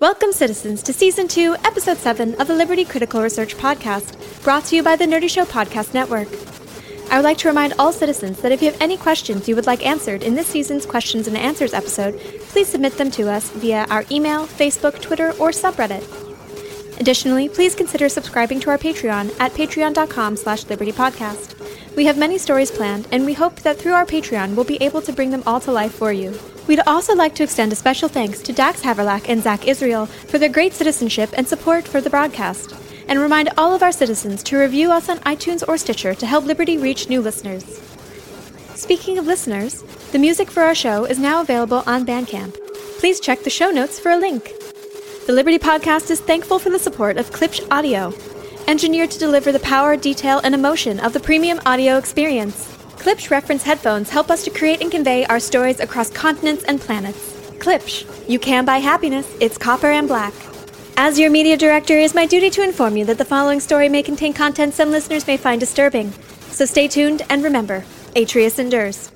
Welcome, citizens, to Season 2, Episode 7 of the Liberty Critical Research Podcast, brought to you by the Nerdy Show Podcast Network. I would like to remind all citizens that if you have any questions you would like answered in this season's Questions and Answers episode, please submit them to us via our email, Facebook, Twitter, or subreddit. Additionally, please consider subscribing to our Patreon at patreon.com slash libertypodcast. We have many stories planned, and we hope that through our Patreon we'll be able to bring them all to life for you. We'd also like to extend a special thanks to Dax Haverlack and Zach Israel for their great citizenship and support for the broadcast, and remind all of our citizens to review us on iTunes or Stitcher to help Liberty reach new listeners. Speaking of listeners, the music for our show is now available on Bandcamp. Please check the show notes for a link. The Liberty Podcast is thankful for the support of Klipsch Audio, engineered to deliver the power, detail, and emotion of the premium audio experience. Klipsch reference headphones help us to create and convey our stories across continents and planets. Klipsch, you can buy happiness, it's copper and black. As your media director, it is my duty to inform you that the following story may contain content some listeners may find disturbing. So stay tuned and remember, Atreus endures.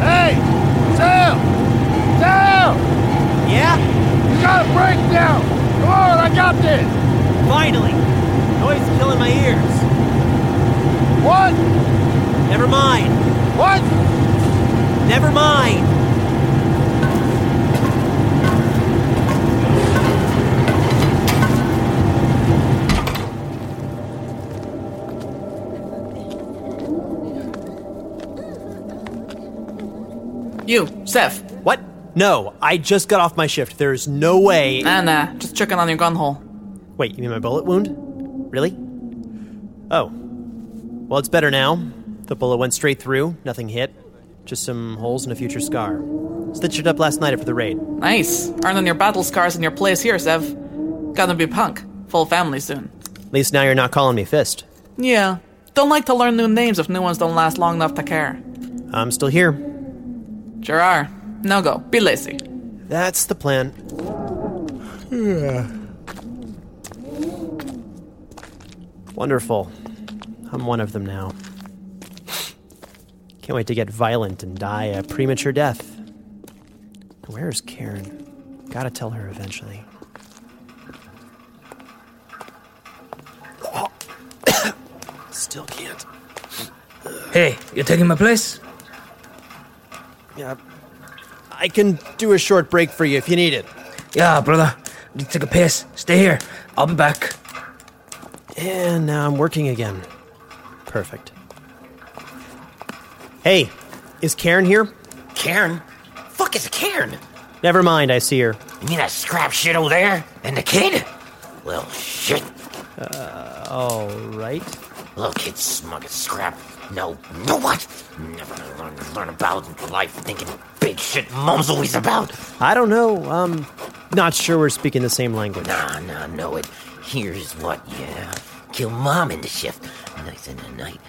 Hey! Sam! Sam! Yeah? You got a breakdown! Come on, I got this! Finally! Noise is killing my ears. What? Never mind. What? Never mind. You, Seth. What? No, I just got off my shift. There's no way. Nah, nah. uh, Just checking on your gun hole. Wait, you mean my bullet wound? Really? Oh. Well, it's better now. The bullet went straight through, nothing hit. Just some holes and a future scar. Stitched it up last night after the raid. Nice. Earning your battle scars in your place here, Zev. Gonna be punk. Full family soon. At least now you're not calling me Fist. Yeah. Don't like to learn new names if new ones don't last long enough to care. I'm still here. Sure are. No go. Be lazy. That's the plan. Wonderful. I'm one of them now. Can't wait to get violent and die a premature death. Where's Karen? Gotta tell her eventually. Still can't. Hey, you're taking my place? Yeah. I can do a short break for you if you need it. Yeah, brother. I need to take a piss. Stay here. I'll be back. And now I'm working again. Perfect. Hey, is Karen here? Cairn? Fuck is a cairn? Never mind, I see her. You mean that scrap shit over there? And the kid? Little shit. All right. Little kid smug as scrap. No, no what? Never gonna learn, learn about life thinking big shit mom's always about. I don't know. Um, not sure we're speaking the same language. Nah, nah, know it. Here's what, yeah. Kill mom in the shift. Nice in the night.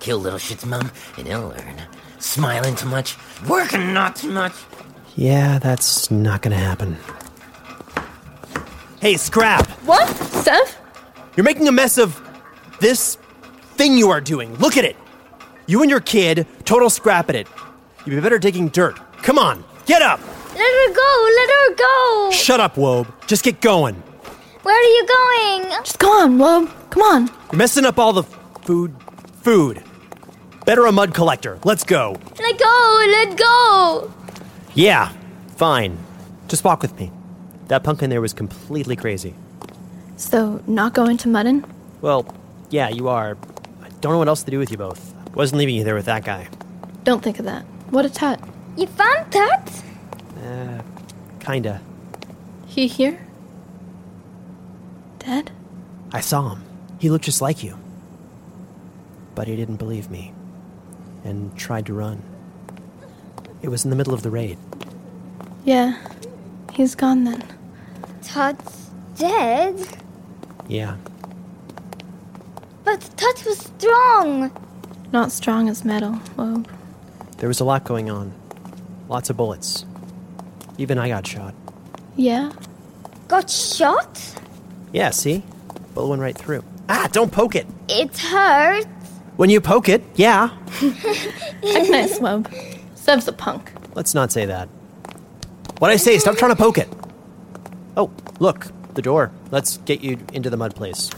Kill little shit's mom, and he'll learn. Smiling too much, working not too much. Yeah, that's not gonna happen. Hey, Scrap! What? Steph? You're making a mess of this thing you are doing. Look at it! You and your kid, total scrap at it. You'd be better digging dirt. Come on, get up! Let her go! Let her go! Shut up, Wobe. Just get going. Where are you going? Just go on, Wob. Come on. You're messing up all the food. Food. Better a mud collector. Let's go. Let go! Let go! Yeah, fine. Just walk with me. That punk in there was completely crazy. So, not going to Mudden? Well, yeah, you are. I don't know what else to do with you both. Wasn't leaving you there with that guy. Don't think of that. What a tut. You found that? Kinda. He here? Dead? I saw him. He looked just like you. But he didn't believe me and tried to run. It was in the middle of the raid. Yeah. He's gone then. Tut's dead? Yeah. But Tut was strong. Not strong as metal, Loeb. There was a lot going on. Lots of bullets. Even I got shot. Yeah? Got shot? Yeah, see? Bullet went right through. Ah, don't poke it! It hurt. When you poke it, yeah. Act nice, Loeb. Sev's a punk. Let's not say that. What I say, stop trying to poke it. Oh, look, the door. Let's get you into the mud place.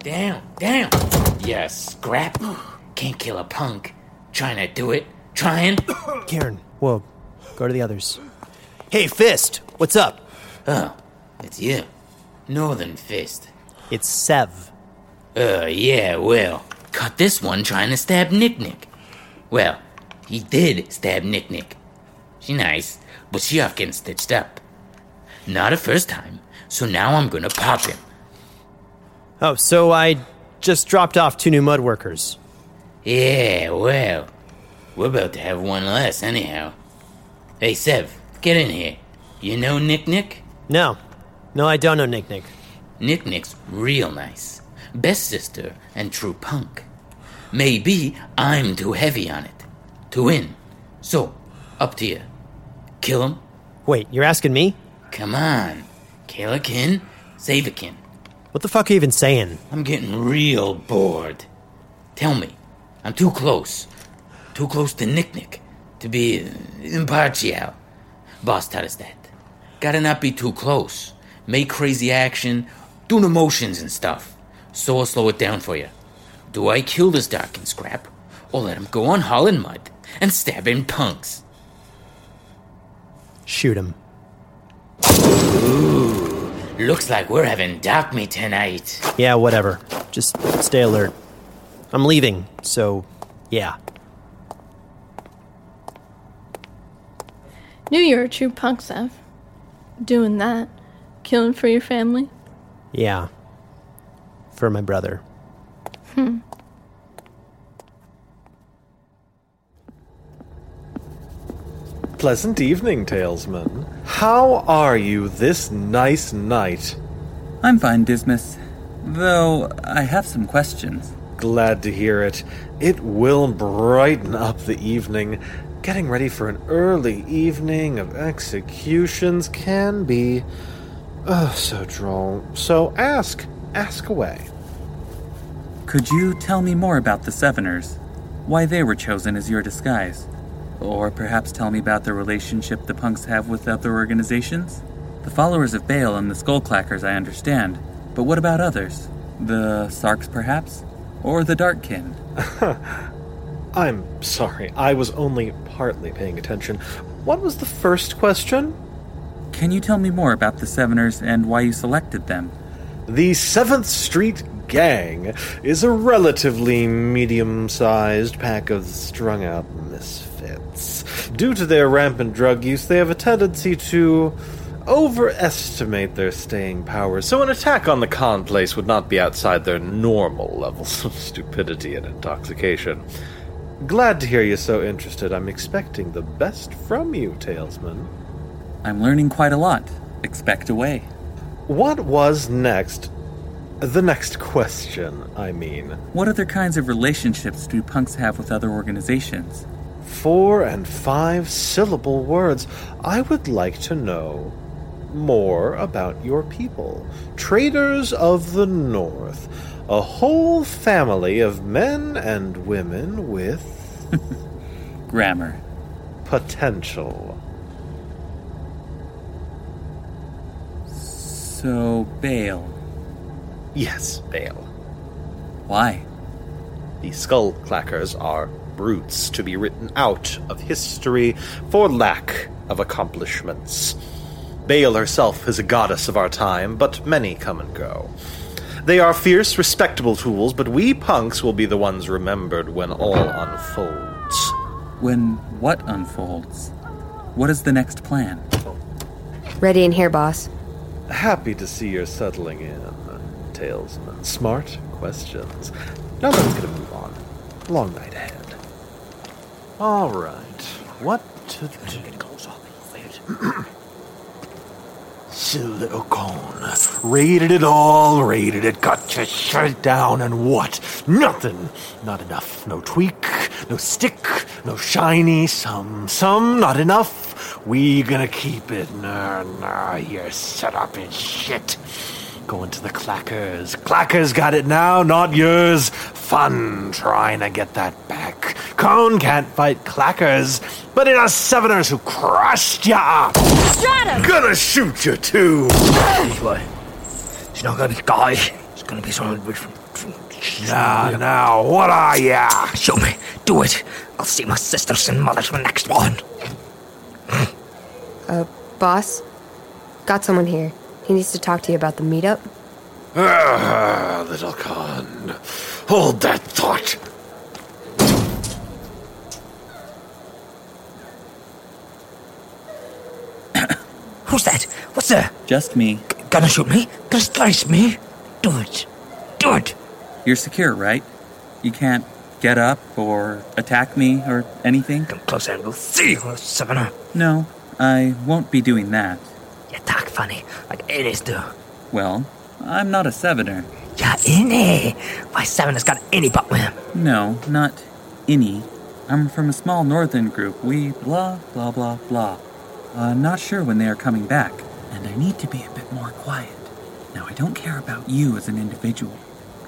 Down, down. Yeah, scrap. Can't kill a punk. Trying to do it. Trying. Karen, whoa. Go to the others. Hey, Fist, what's up? Oh, it's you. Northern Fist. It's Sev. Uh, yeah, well, cut this one trying to stab Nick Nick. Well, he did stab Nick Nick. She nice, but she off getting stitched up. Not a first time, so now I'm gonna pop him. Oh, so I just dropped off two new mud workers. Yeah, well, we're about to have one less anyhow. Hey, Sev, get in here. You know Nick Nick? No. No, I don't know Nick Nick. Nick Nick's real nice. Best sister and true punk. Maybe I'm too heavy on it. To win. So, up to you. Kill him? Wait, you're asking me? Come on. Kill a kin, save a kin. What the fuck are you even saying? I'm getting real bored. Tell me, I'm too close. Too close to Nick Nick to be uh, impartial. Boss taught us that. Gotta not be too close. Make crazy action, do the motions and stuff. So I'll slow it down for you. Do I kill this dark and scrap, or let him go on hauling mud and stabbing punks? Shoot him. Looks like we're having dark me tonight. Yeah, whatever. Just stay alert. I'm leaving, so yeah. Knew you were a true punk, Sev. Doing that. Killing for your family. Yeah. For my brother. Pleasant evening, Talesman. How are you this nice night? I'm fine, Dismas. Though I have some questions. Glad to hear it. It will brighten up the evening. Getting ready for an early evening of executions can be. Oh, so droll. So ask, ask away. Could you tell me more about the Seveners? Why they were chosen as your disguise? Or perhaps tell me about the relationship the punks have with other organizations? The followers of Bale and the Skullclackers I understand, but what about others? The Sarks, perhaps? Or the Darkkin? I'm sorry, I was only partly paying attention. What was the first question? Can you tell me more about the Seveners and why you selected them? The 7th Street Gang is a relatively medium sized pack of strung out misfits. Due to their rampant drug use, they have a tendency to overestimate their staying power, so an attack on the con place would not be outside their normal levels of stupidity and intoxication. Glad to hear you're so interested. I'm expecting the best from you, Talesman. I'm learning quite a lot. Expect away. What was next? The next question, I mean. What other kinds of relationships do punks have with other organizations? Four and five syllable words. I would like to know more about your people. Traders of the North. A whole family of men and women with Grammar. potential. So, Bale. Yes, Bale. Why? The skull clackers are brutes to be written out of history for lack of accomplishments. Bale herself is a goddess of our time, but many come and go. They are fierce, respectable tools, but we punks will be the ones remembered when all unfolds. When what unfolds? What is the next plan? Ready in here, boss. Happy to see you're settling in, Talesman. Smart questions. Now let's get a move on. Long night ahead. All right. What to do? Silicone. Raided it all, raided it, got your shirt down, and what? Nothing. Not enough. No tweak, no stick, no shiny, some, some, not enough. We gonna keep it. Nah, nah, your setup is shit. Going to the clackers. Clackers got it now, not yours. Fun trying to get that back. Cone can't fight clackers, but it are seveners who crushed ya. Stratum! Gonna shoot you too. Boy, she's not gonna die. She's gonna be someone with from. Now, now, what are ya? Show me. Do it. I'll see my sisters and mothers from next one. Uh, boss? Got someone here. He needs to talk to you about the meetup. Ah, little con. Hold that thought. Who's that? What's there? Just me. Gonna shoot me? Gonna slice me? Do it. Do it. You're secure, right? You can't get up or attack me or anything? Come close and we'll see you, Savannah. No, I won't be doing that. You talk funny, like Ines do. Well, I'm not a Sevener. Yeah, Ine. My Sevener's got any butt with him. No, not any. I'm from a small northern group. We blah, blah, blah, blah. Uh, not sure when they are coming back, and I need to be a bit more quiet. Now, I don't care about you as an individual.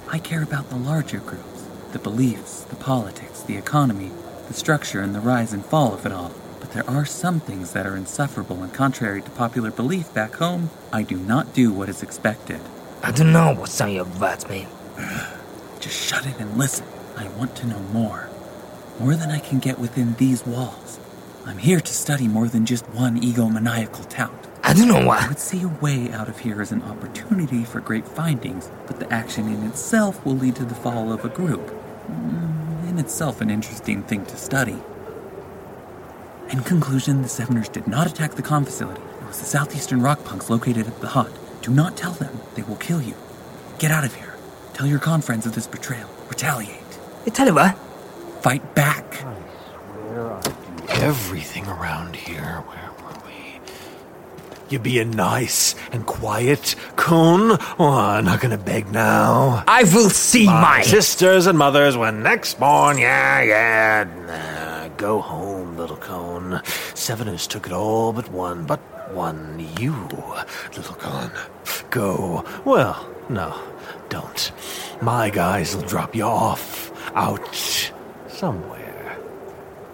I care about the larger groups the beliefs, the politics, the economy, the structure, and the rise and fall of it all. But there are some things that are insufferable and contrary to popular belief back home. I do not do what is expected. I don't know what some of your words mean. Just shut it and listen. I want to know more. More than I can get within these walls. I'm here to study more than just one egomaniacal tout. I don't know why. I would see a way out of here as an opportunity for great findings, but the action in itself will lead to the fall of a group. Mm, In itself, an interesting thing to study. In conclusion, the Seveners did not attack the con facility. It was the southeastern rock punks located at the hut. Do not tell them; they will kill you. Get out of here. Tell your con friends of this betrayal. Retaliate. You tell you what. Fight back. Everything around here. Where were we? You being nice and quiet, Coon? Oh, I'm not gonna beg now. I will see my my- sisters and mothers when next born. Yeah, yeah. Nah, go home, little Coon. Seveners took it all but one, but one. You, little Coon, go. Well, no, don't. My guys will drop you off out somewhere.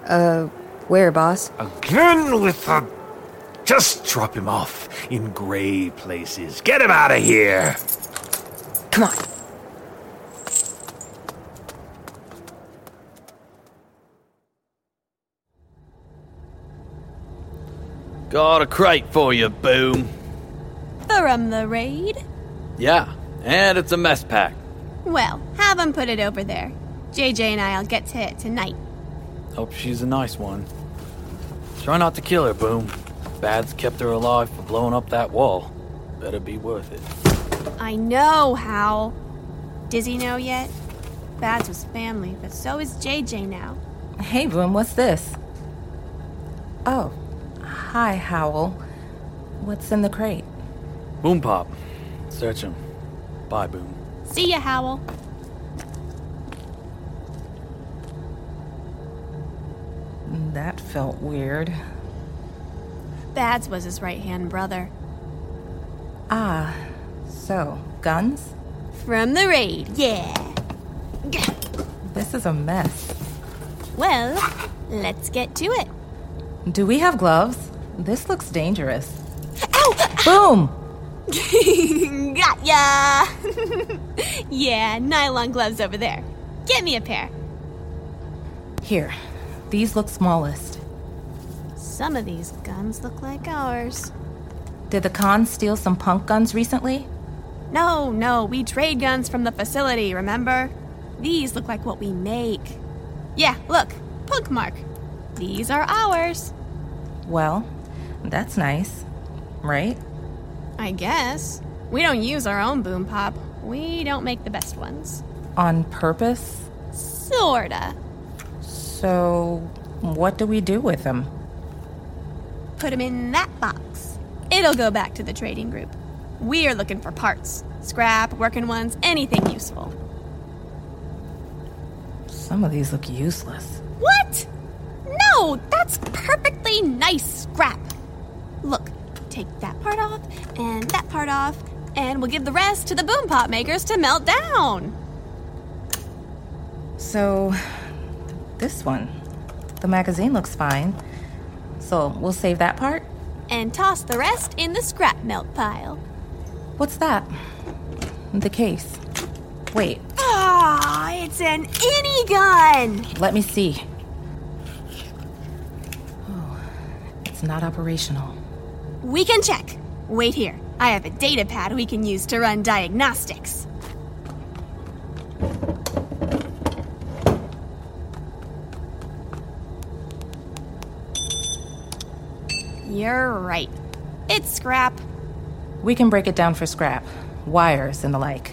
Uh, where, boss? Again with the. Just drop him off in gray places. Get him out of here! Come on. Got a crate for you, Boom. From the raid? Yeah, and it's a mess pack. Well, have him put it over there. JJ and I'll get to it tonight. Hope she's a nice one. Try not to kill her, Boom. Bad's kept her alive for blowing up that wall. Better be worth it. I know, Hal. Does he know yet? Baz was family, but so is JJ now. Hey, Bloom, what's this? Oh, hi, Howl. What's in the crate? Boom Pop. Search him. Bye, Boom. See ya, Howell. That felt weird. Baz was his right hand brother. Ah, so, guns? From the raid, yeah. This is a mess. Well, let's get to it. Do we have gloves? This looks dangerous. Boom! Got ya! yeah, nylon gloves over there. Get me a pair. Here, these look smallest. Some of these guns look like ours. Did the cons steal some punk guns recently? No, no, we trade guns from the facility, remember? These look like what we make. Yeah, look, punk mark. These are ours. Well, that's nice, right? I guess. We don't use our own boom pop. We don't make the best ones. On purpose? Sorta. So, what do we do with them? Put them in that box. It'll go back to the trading group. We are looking for parts scrap, working ones, anything useful. Some of these look useless. What? No, that's perfectly nice scrap. Look, take that part off and that part off, and we'll give the rest to the boom pop makers to melt down. So, this one. The magazine looks fine. So, we'll save that part? And toss the rest in the scrap melt pile. What's that? The case. Wait, Ah, it's an any gun! let me see. Oh, it's not operational. We can check. Wait here. I have a data pad we can use to run diagnostics. You're right. It's scrap. We can break it down for scrap, wires, and the like.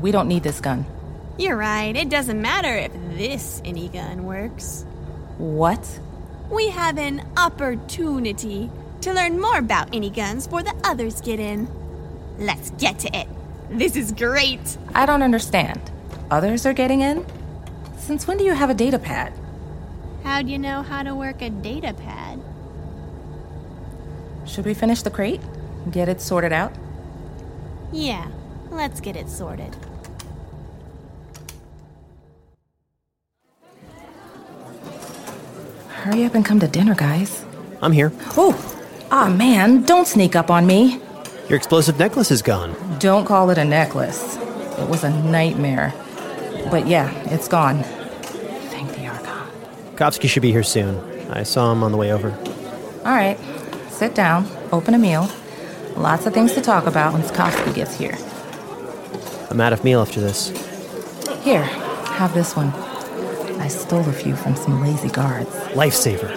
We don't need this gun. You're right. It doesn't matter if this any gun works. What? We have an opportunity to learn more about any guns before the others get in. Let's get to it. This is great. I don't understand. Others are getting in? Since when do you have a data pad? How do you know how to work a data pad? Should we finish the crate? Get it sorted out? Yeah, let's get it sorted. Hurry up and come to dinner, guys. I'm here. Oh, ah, man, don't sneak up on me. Your explosive necklace is gone. Don't call it a necklace. It was a nightmare. But yeah, it's gone. Kopsky should be here soon. I saw him on the way over. All right, sit down, open a meal. Lots of things to talk about once Kofsky gets here. I'm out of meal after this. Here, have this one. I stole a few from some lazy guards. Lifesaver.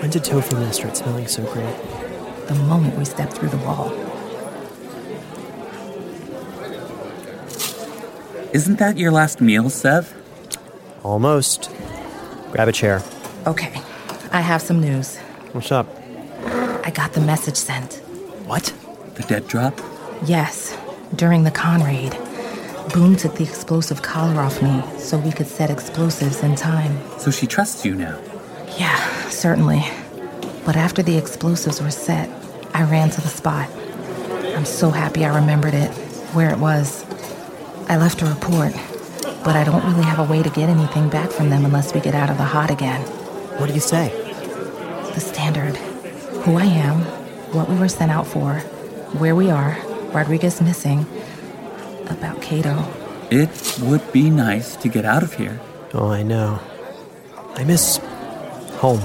When did tofu mill start smelling so great? The moment we stepped through the wall. Isn't that your last meal, Sev? Almost. Grab a chair. Okay, I have some news. What's up? I got the message sent. What? The dead drop? Yes, during the con raid. Boom took the explosive collar off me so we could set explosives in time. So she trusts you now. Yeah, certainly. But after the explosives were set, I ran to the spot. I'm so happy I remembered it, where it was. I left a report, but I don't really have a way to get anything back from them unless we get out of the hot again. What do you say? The standard who I am, what we were sent out for, where we are, Rodriguez missing, about Cato. It would be nice to get out of here. Oh, I know. I miss home.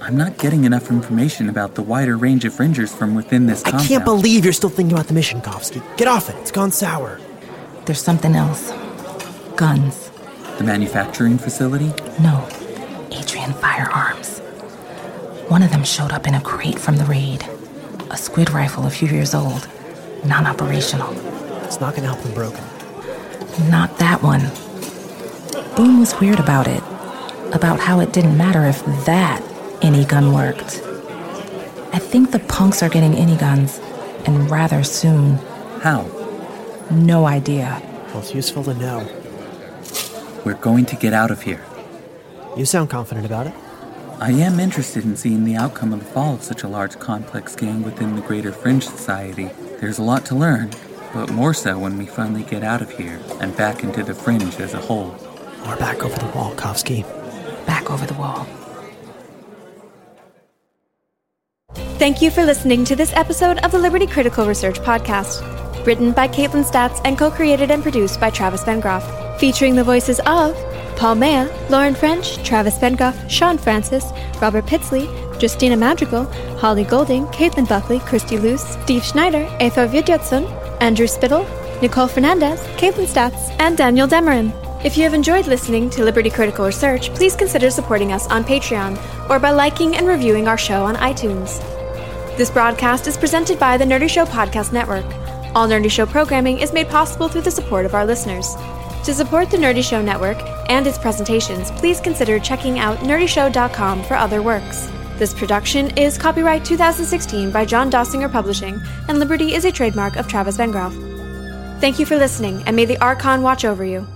I'm not getting enough information about the wider range of Rangers from within this compound. I can't believe you're still thinking about the mission, Kofsky. Get off it. It's gone sour. There's something else guns. The manufacturing facility? No, Adrian Firearms. One of them showed up in a crate from the raid. A squid rifle a few years old, non operational. It's not going to help them broken. Not that one. Boom was weird about it. About how it didn't matter if that any gun worked. I think the punks are getting any guns, and rather soon. How? No idea. Well, it's useful to know. We're going to get out of here. You sound confident about it. I am interested in seeing the outcome of the fall of such a large complex gang within the greater Fringe Society. There's a lot to learn, but more so when we finally get out of here and back into the Fringe as a whole. We're back over the wall, Kofsky. Back over the wall. Thank you for listening to this episode of the Liberty Critical Research Podcast, written by Caitlin Statz and co created and produced by Travis Bengroff, featuring the voices of Paul Maya, Lauren French, Travis Bengoff, Sean Francis, Robert Pitsley, Justina Madrigal, Holly Golding, Caitlin Buckley, Christy Luce, Steve Schneider, Eva Vidjotson, Andrew Spittle, Nicole Fernandez, Caitlin Statz, and Daniel Demarin. If you have enjoyed listening to Liberty Critical Research, please consider supporting us on Patreon or by liking and reviewing our show on iTunes. This broadcast is presented by the Nerdy Show Podcast Network. All Nerdy Show programming is made possible through the support of our listeners. To support the Nerdy Show Network and its presentations, please consider checking out nerdyshow.com for other works. This production is copyright 2016 by John Dossinger Publishing, and Liberty is a trademark of Travis Vengroff. Thank you for listening, and may the Archon watch over you.